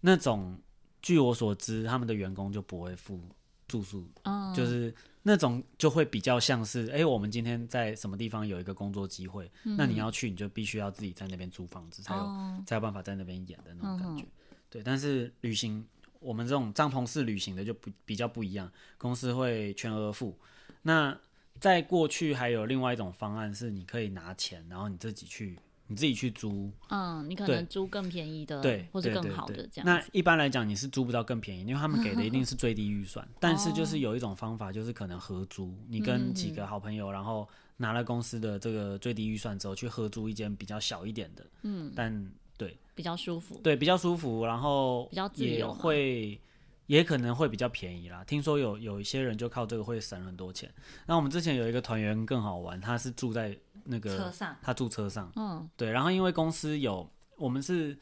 S2: 那种据我所知，他们的员工就不会付住宿
S1: 嗯，
S2: 就是那种就会比较像是，哎、我们今天在什么地方有一个工作机会，那你要去，你就必须要自己在那边租房子，才有、
S1: 嗯哦
S2: 才有办法在那边演的那种感觉。
S1: 嗯
S2: 对，但是旅行，我们这种帐篷式旅行的就不比较不一样，公司会全额付。那在过去还有另外一种方案是，你可以拿钱，然后你自己去，你自己去租，
S1: 嗯，你可
S2: 对
S1: 能租更便宜的，
S2: 对，
S1: 或是
S2: 对
S1: 更
S2: 对
S1: 好
S2: 对
S1: 的这样
S2: 那
S1: 子。
S2: 一般来讲，你是租不到更便宜，因为他们给的一定
S1: 哦嗯
S2: 是最低预算。但是就是有一种方法，就是可能合租，你跟几个好朋友，然后拿了公司的这个最低预算之后，去合租一间比较小一点的，嗯，但对
S1: 比较舒服。
S2: 对比较舒服，然后
S1: 比较自
S2: 也
S1: 由嘛
S2: 会也可能会比较便宜啦。听说有有一些人就靠这个会省很多钱。那我们之前有一个团员更好玩，他是住在那 个
S3: 车上
S2: 他住车上，
S1: 嗯，
S2: 对，然后因为公司有我们是，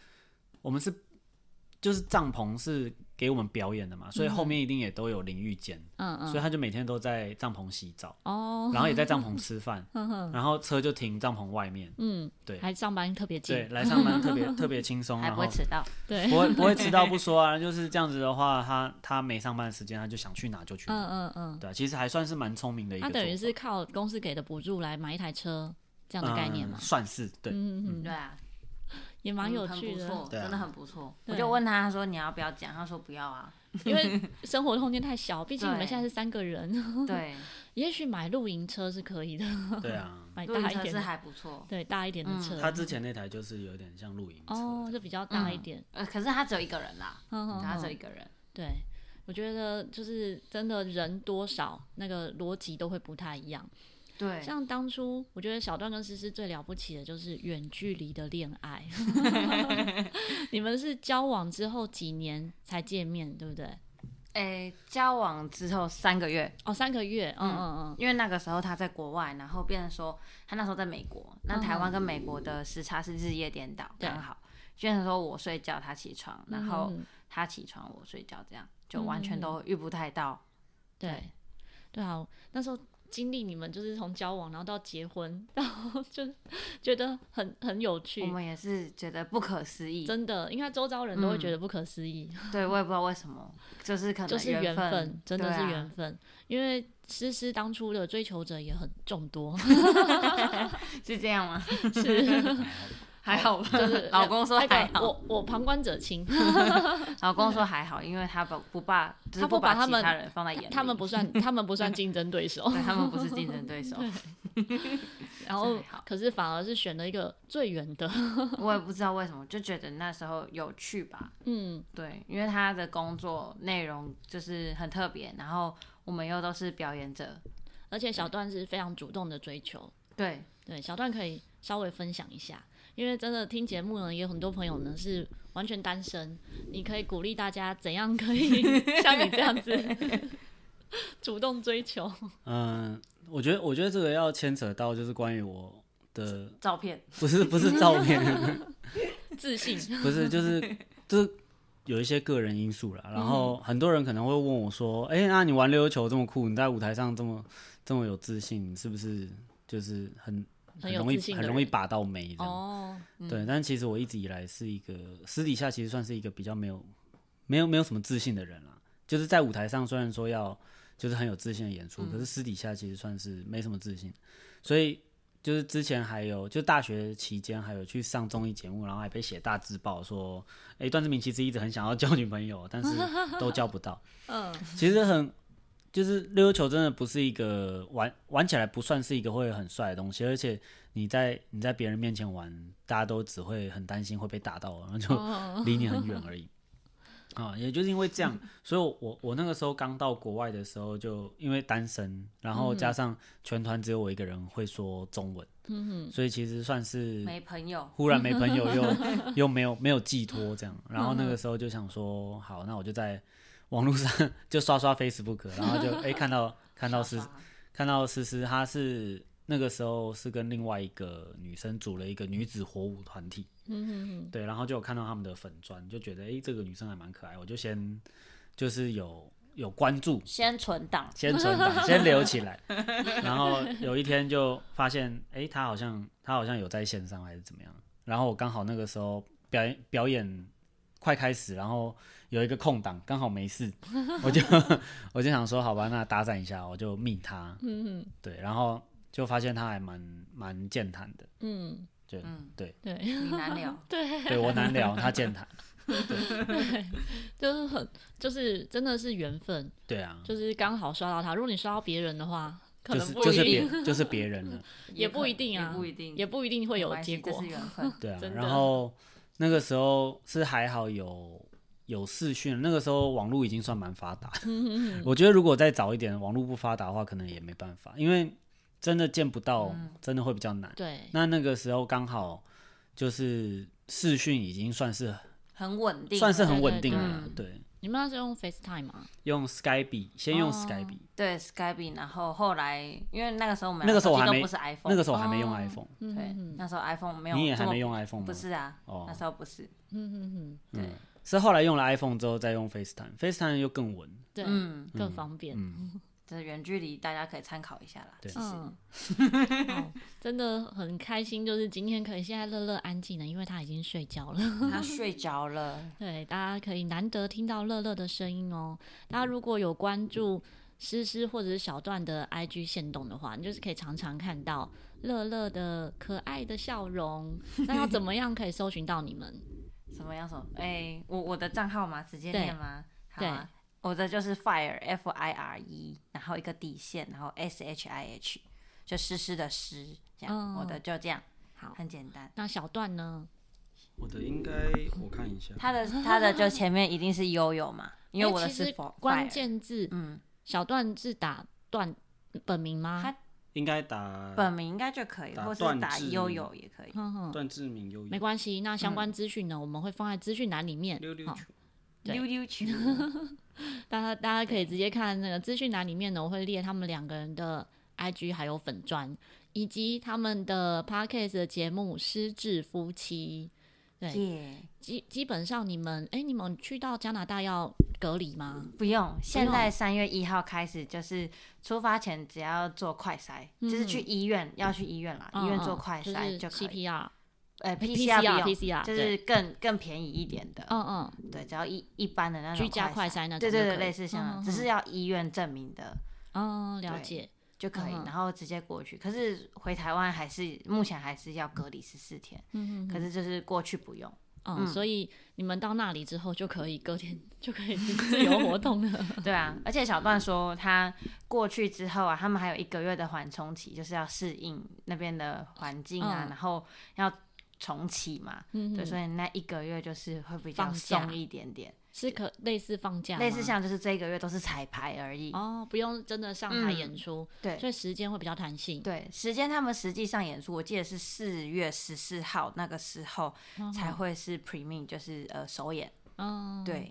S2: 我们是就是帐篷是给我们表演的嘛，所以后面一定也都有淋浴间，
S1: 嗯
S2: 所以他就每天都在帐篷洗澡，
S1: 哦，
S2: 然后也在帐篷吃饭，然后车就停帐篷外面，
S1: 嗯，
S2: 对
S1: 还上班特别
S2: 对，
S1: 近，
S2: 来上 班特别特别轻松，
S3: 还
S2: 然
S3: 不
S2: 后
S3: 会迟到。
S1: 对，
S2: 不会不会迟到 不说啊，就是这样子的话，他他没上班的时间，他就想去哪就去
S1: 嗯
S2: 哪，
S1: 嗯嗯，
S2: 对啊，其实还算是蛮聪明的一个
S1: 他
S2: 做法，
S1: 等于是靠公司给的补助来买一台车这样的概念
S2: 嗯
S1: 嘛，
S2: 算是对，
S1: 嗯嗯嗯，
S3: 对啊，
S1: 也蛮有
S3: 嗯
S1: 趣
S3: 很不
S1: 的
S3: 错，，
S2: 对啊
S3: 真的很不错。
S1: 对
S3: 我就问他说你要不要讲，他说不要 啊。
S1: 因为 生活空间太小，毕竟你们
S3: 对
S1: 现在是三个人，
S3: 对，
S1: 也许买露营车是可以的，
S2: 对啊，
S1: 买
S3: 露营
S1: 大一
S3: 车
S1: 点的，
S3: 是还不错，
S1: 对，大一点的
S3: 嗯
S1: 车，
S2: 他之前那台就是有点像露营车
S1: 哦，
S2: 的，
S1: 就比较大一点，
S3: 呃，可是他只有一个人啦，
S1: 嗯嗯
S3: 他只有
S1: 嗯
S3: 一个人。
S1: 对，我觉得就是真的人多少那个逻辑都会不太一样。
S3: 对，
S1: 像当初我觉得小段跟诗诗最了不起的就是远距离的恋 爱， 你们是交往之后几年才见面，对不对？
S3: 诶，交往之后三个月，
S1: 哦，三个月，嗯嗯嗯，
S3: 因为那个时候他在国外，然后变成说他那时候在美国，那台湾跟美国的时差是日夜颠倒，
S1: 对
S3: 刚好变成说我睡觉他起床，然后
S1: 嗯
S3: 他起床我睡觉，这样就完全都遇不太到。
S1: 对，对啊，那时候经历你们就是从交往，然后到结婚， 然后就觉得很很有
S3: 我
S1: 趣。
S3: 们也是觉得不可思议，
S1: 真的，应该周遭人都会觉得不可思议，
S3: 对我也不知道为什么，就是嗯可能
S1: 就是缘
S3: 分，
S1: 分，真的
S3: 对
S1: 是
S3: 啊
S1: 缘分。因为诗诗当初的追求者也很众 多，
S3: 是这样吗？
S1: 是
S3: 还好吧，
S1: 就是
S3: 老公说
S1: 那个
S3: 还好，
S1: 我我旁观者清，
S3: 老公说还好，因为他不不把，就是
S1: 他不把
S3: 把
S1: 他们
S3: 其他人放在眼里，
S1: 他们不算，他们不算竞争对手。
S3: 对他们不是竞争 对手，
S1: 然后
S3: 还好，
S1: 可是反而是选了一个最远的，
S3: 我也不知道为什么，就觉得那时候有趣吧。
S1: 嗯，
S3: 对，因为他的工作内容就是很特别，然后我们又都是表演者，
S1: 而且小段是非常主动的追求，
S3: 对，
S1: 对，小段可以稍微分享一下，因为真的听节目呢，也有很多朋友呢是完全单身，你可以鼓励大家怎样可以 像你这样子 主动追求。
S2: 嗯，我觉得，我觉得这个要牵扯到就是关于我的，
S3: 照片，
S2: 不是不是照片，
S1: 自信，
S2: 不是就是就是有一些个人因素
S1: 嗯
S2: 啦。然后很多人可能会问我说：“哎、那你玩溜溜球这么酷，你在舞台上这么这么有自信，你是不是就是很
S1: 很
S2: 很
S1: 有
S2: 容易
S1: 自信的
S2: 很容易
S1: 人
S2: 把到妹这样？”
S1: 哦，
S2: 对，但其实我一直以来是一个私底下其实算是一个比较没有没有没有什么自信的人啦。就是在舞台上虽然说要就是很有自信的演出，可是私底下其实算是没什么自信。所以就是之前还有就大学期间还有去上综艺节目，然后还被写大字报说，哎、段志明其实一直很想要交女朋友，但是都交不到。
S1: 嗯，
S2: 其实很就是溜溜球真的不是一个玩玩起来不算是一个会很帅的东西，而且你在你在别人面前玩，大家都只会很担心会被打到，然后就离你很远而已。啊，也就是因为这样，所以我我我那个时候刚到国外的时候，就因为单身，然后加上全团只有我一个人会说中文，嗯所以其实算是
S3: 没朋友，
S2: 忽然没朋友又，又没有没有寄托这样。然后那个时候就想说，好，那我就在网络上就刷刷 Facebook，然后就哎、诶看到看到
S3: 是
S2: 思看到思思，她是那个时候是跟另外一个女生组了一个女子火舞团体，嗯对，然后就有看到他们的粉砖，就觉得哎、诶这个女生还蛮可爱，我就先就是有有关注，
S3: 先存档，
S2: 先存档，先留起来。然后有一天就发现，哎、他好像他好像有在线上还是怎么样。然后我刚好那个时候表演表演快开始，然后有一个空档，刚好没事，我就 我就想说，好吧，那搭讪一下，我就密他。
S1: 嗯
S2: 对，然后就发现他还蛮蛮健谈的，
S1: 嗯，
S2: 就、
S3: 嗯，
S2: 对
S1: 对
S3: 你 难聊，
S1: 对，
S2: 对我难聊，他健谈。
S1: 就是很，就是真的是缘分，
S2: 对啊，
S1: 就是刚好刷到他。如果你刷到别人的话，可
S2: 就是
S1: 能不
S2: 就
S1: 一
S2: 是
S1: 定，
S2: 别就是别人了。，
S1: 也不
S3: 可
S1: 一定啊
S3: 也不一定，
S1: 也不一定会
S3: 没
S1: 有
S3: 关系
S1: 结果
S3: 这是。缘分
S2: 对啊
S1: 真，的
S2: 然后那个时候是还好有有视讯，那个时候网络已经算蛮发达。我觉得如果再早一点，网络不发达的话，可能也没办法，因为真的见不到，真的会比较难。
S1: 对，
S2: 那那个时候刚好就是视讯已经算是
S3: 很稳定，
S2: 算是很
S1: 对
S2: 稳
S1: 对
S2: 定
S1: 对
S2: 了啦，对，
S1: 你们那是用 FaceTime 吗？
S2: 用 Skype 先用 Skype，
S3: 对 Skype，然后后来因为那个时候我们
S2: 那个时候我还
S3: 手机
S2: 没
S3: 都不是 iPhone，
S2: 那个时候还没用
S1: 哦
S2: iPhone，
S3: 对，那时候 iPhone 没有，
S2: 你也还没
S3: 用，
S2: 用 iPhone
S3: 不
S2: 吗？
S3: 是啊，
S2: 哦
S3: 那时候不是，
S1: 嗯嗯
S3: 对，
S2: 是后来用了 iPhone 之后再用 FaceTime，FaceTime 又更稳。
S1: 嗯，对，
S3: 嗯，
S1: 更方便。
S3: 就是远距离大家可以参考一下啦。
S2: 对
S3: 其实
S1: 嗯， 好真的很开心，就是今天可以现在乐乐安静了，因为他已经睡觉了。
S3: 他睡着了，
S1: 对，大家可以难得听到乐乐的声音哦。大家如果有关注诗诗或者是小段的 IG 线动的话，你就是可以常常看到乐乐的可爱的笑 容。那要怎么样可以搜寻到你们？
S3: 什么样什么？哎，我我的账号吗？直接
S1: 对
S3: 念吗？好啊。我的就是 fire f i r e，然后一个底线，然后 s h i h，就诗诗的诗，这样、
S1: 嗯
S3: 我的就这样，
S1: 好，
S3: 很简单。
S1: 那小段呢？
S2: 我的应该我看一下，
S3: 他的他 的就前面一定是悠悠嘛，因为我的
S1: 哎其
S3: 是
S1: 实
S3: for-
S1: 关
S3: fire，
S1: 键字
S3: 嗯，
S1: 小段是打段本名吗？
S3: 他
S2: 应该打
S3: 本名应该就可以，
S2: 打
S3: 或
S2: 断
S3: 是打
S2: 字
S3: 悠悠也可以。
S1: 嗯哼哼，
S2: 段志明优
S1: 没关系。那相关资讯呢，我们会放在资讯栏里面。好
S2: 球，
S1: 对
S3: 溜溜球，
S1: 大家大家可以直接看那个资讯栏里面呢，我会列他们两个人的 IG 还有粉砖，以及他们的 Podcast 的节目《失智夫妻》。 对，
S3: 耶！
S1: 基基本上你们，哎、你们去到加拿大要隔离吗？
S3: 不用，现在三月一号开始，就是出发前只要做快筛，就是去医院要去医院啦，医院做快筛
S1: 嗯嗯就
S3: 就可
S1: 是
S3: 以。
S1: CPR，
S3: 呃
S1: PCR
S3: 不用
S1: PCR
S3: 就是更更便宜一点的，
S1: 嗯嗯，
S3: 对，只要一一般的那种
S1: 居家快
S3: 筛
S1: 筛那种
S3: 对
S1: 就
S3: 对
S1: 可以，
S3: 对，类似像
S1: 嗯
S3: 那，只是要医院证明的
S1: 嗯，了解，
S3: 就可以
S1: 嗯，
S3: 然后直接过去。可是回台湾还是目前还是要隔离十四天，
S1: 嗯
S3: 可是就是过去不用，
S1: 嗯，所以你们到那里之后就可以隔天 就可以自由活动了。
S3: 对啊，而且小段说他过去之后啊，他们还有一个月的缓冲期，就是要适应那边的环境啊，
S1: 嗯
S3: 然后要重启嘛，
S1: 嗯
S3: 对，
S1: 嗯，
S3: 所以那一个月就是会比较
S1: 放假
S3: 松一点点，
S1: 是可类似放假吗，
S3: 类似像就是这一个月都是彩排而已，
S1: 哦，不用真的上台
S3: 嗯
S1: 演出，
S3: 对
S1: 所以时间会比较弹性。
S3: 对，时间他们实际上演出，我记得是四月十四号那个时候才会是 premiere，就是呃首演，
S1: 哦嗯，
S3: 对，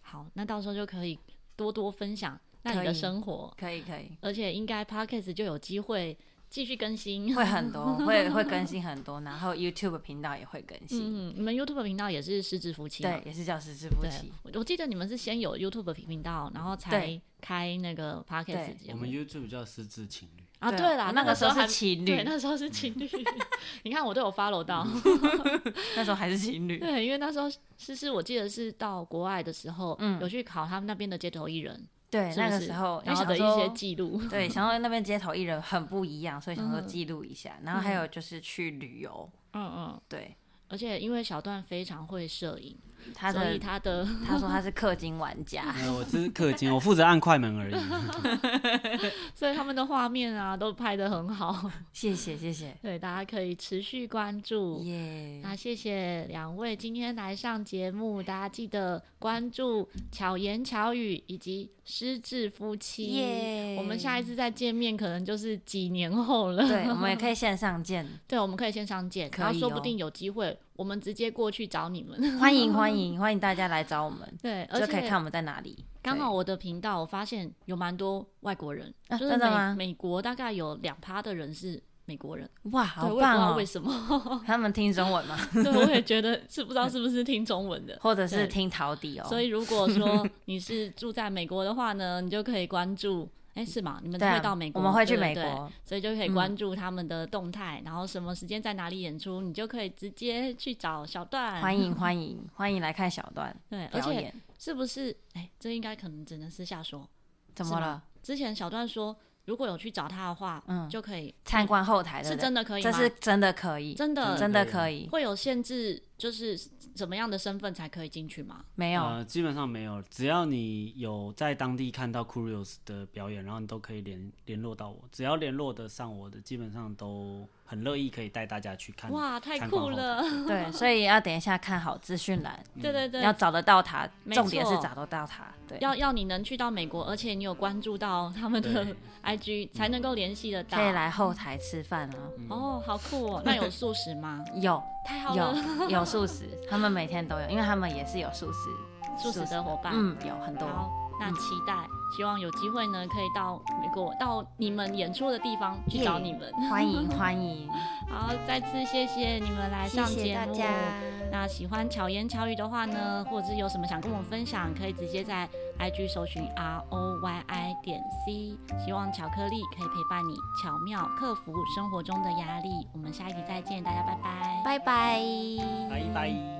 S1: 好，那到时候就可以多多分享那你
S3: 可
S1: 的
S3: 以
S1: 生活，
S3: 可以可 以。
S1: 而且应该 podcast 就有机会继续更新。
S3: 会很多，会会更新很多，然后 YouTube 频道也会更新，
S1: 嗯，你们 YouTube 频道也是失之夫妻嘛
S3: 对，也是叫十之夫
S1: 对
S3: 妻，，
S1: 我我记得你们是先有 YouTube 频道，然后才
S3: 对
S1: 开那个 podcast
S3: 对
S1: 节
S2: 我
S1: 目
S2: 们 YouTube 叫失智情侣，
S1: 啊。
S3: 对
S1: 对啦，
S3: 我那
S1: 个
S3: 个时候
S1: 还
S3: 是情
S1: 对，
S3: 侣，
S1: 那时候是情 侣。你看我都有 follow 到，
S3: 嗯那时候还是情侣，
S1: 对，因为那时候诗诗我记得是到国外的时候，
S3: 嗯
S1: 有去考他们那边的街头艺人，
S3: 对，
S1: 是不
S3: 那个
S1: 是
S3: 时候因
S1: 然后
S3: 为想
S1: 的一些
S3: 说，
S1: 记录，
S3: 对，想到那边街头艺人很不一样，所以想说
S1: 嗯
S3: 记录一下，然后还有就是去旅游，
S1: 嗯嗯，
S3: 对，
S1: 而且因为小段非常会摄影，
S3: 他
S1: 所以
S3: 的
S1: 他的
S3: 他说他是氪金玩
S1: 啊
S3: 家，
S2: 没有我只是氪金，我负责按快门而已。
S1: 所以他们的画面啊都拍得很好，
S3: 谢谢谢谢，
S1: 对，大家可以持续关注。
S3: 耶，
S1: 那谢谢两位今天来上节目，大家记得关注巧言巧语以及失智夫妻。
S3: 耶
S1: 我们下一次再见面，可能就是几年后了。
S3: 嗯对，我们也可以线上见，
S1: 对，我们可以线上见，
S3: 可以
S1: 然后说
S3: 哦
S1: 不定有机会，我们直接过去找你们。
S3: 欢迎欢迎欢迎大家来找我们，
S1: 对，而
S3: 就可以
S1: 且
S3: 看我们在哪里，
S1: 刚
S3: 对
S1: 好我的频道，我发现有蛮多外国人，
S3: 啊
S1: 就是
S3: 真的
S1: 美
S3: 吗
S1: 美国大概有两趴的人是美国人，
S3: 哇，
S1: 对，我
S3: 好
S1: 也不知
S3: 棒
S1: 道为
S3: 哦，
S1: 什么，
S3: 他们听中文吗？
S1: 对，我也觉得是不知道是不是听中文 的。
S3: 或者是
S1: 对
S3: 听陶笛哦，
S1: 所以如果说你是住在美国的话呢，你就可以关注。哎，是吗？你们
S3: 对啊
S1: 会到美国，
S3: 我们会去
S1: 对
S3: 美
S1: 对
S3: 国
S1: 所以就可以
S3: 嗯
S1: 关注他们的动态，然后什么时间在哪里演出，你就可以直接去找小段。
S3: 欢迎欢迎欢迎来看小段
S1: 对， 而
S3: 表
S1: 且
S3: 演，
S1: 是不是？哎，这应该可能只能私下说。
S3: 怎
S1: 是
S3: 么
S1: 吗
S3: 了？
S1: 之前小段说，如果有去找他的话，
S3: 嗯
S1: 就可以
S3: 参观后台的
S1: 是真的可以吗？
S3: 这是真的可以，
S1: 真的
S3: 真的可以。
S1: 会有限制就是怎么样的身份才可以进去吗？
S3: 没有，
S2: 呃，基本上没有，只要你有在当地看到 Curious 的表演，然后你都可以联联络到我，只要联络得上我的，基本上都很乐意可以带大家去看。
S1: 哇，太
S2: 参观
S1: 酷
S2: 后台！嗯
S1: 了！
S3: 对，所以要等一下看好资讯栏，
S1: 对对 对，
S3: 要找得到他，
S1: 没错
S3: 重点是找得到他。对，
S1: 要要你能去到美国，而且你有关注到他们的
S2: 对
S1: IG，才能够联系得到。
S3: 可以来后台吃饭啊。
S1: 哦，好酷哦！那有素食吗？
S3: 有
S1: 太好了，
S3: 有有素食，他们每天都有，因为他们也是有素食
S1: 素食的伙伴。
S3: 嗯，有很多。
S1: 好，那期待，希望有机会呢，可以到美国，到你们演出的地方去找你们。
S3: 欢迎欢迎，
S1: 好，再次谢谢你们来
S3: 谢
S1: 上
S3: 谢
S1: 节
S3: 大
S1: 目。
S3: 家，
S1: 那喜欢巧言巧语的话呢，或者是有什么想跟我们分享，可以直接在 IG 搜寻 R O Y I 点 C。希望巧克力可以陪伴你，巧妙克服生活中的压力。我们下一集再见，大家拜拜。
S3: 拜拜。
S2: 拜拜。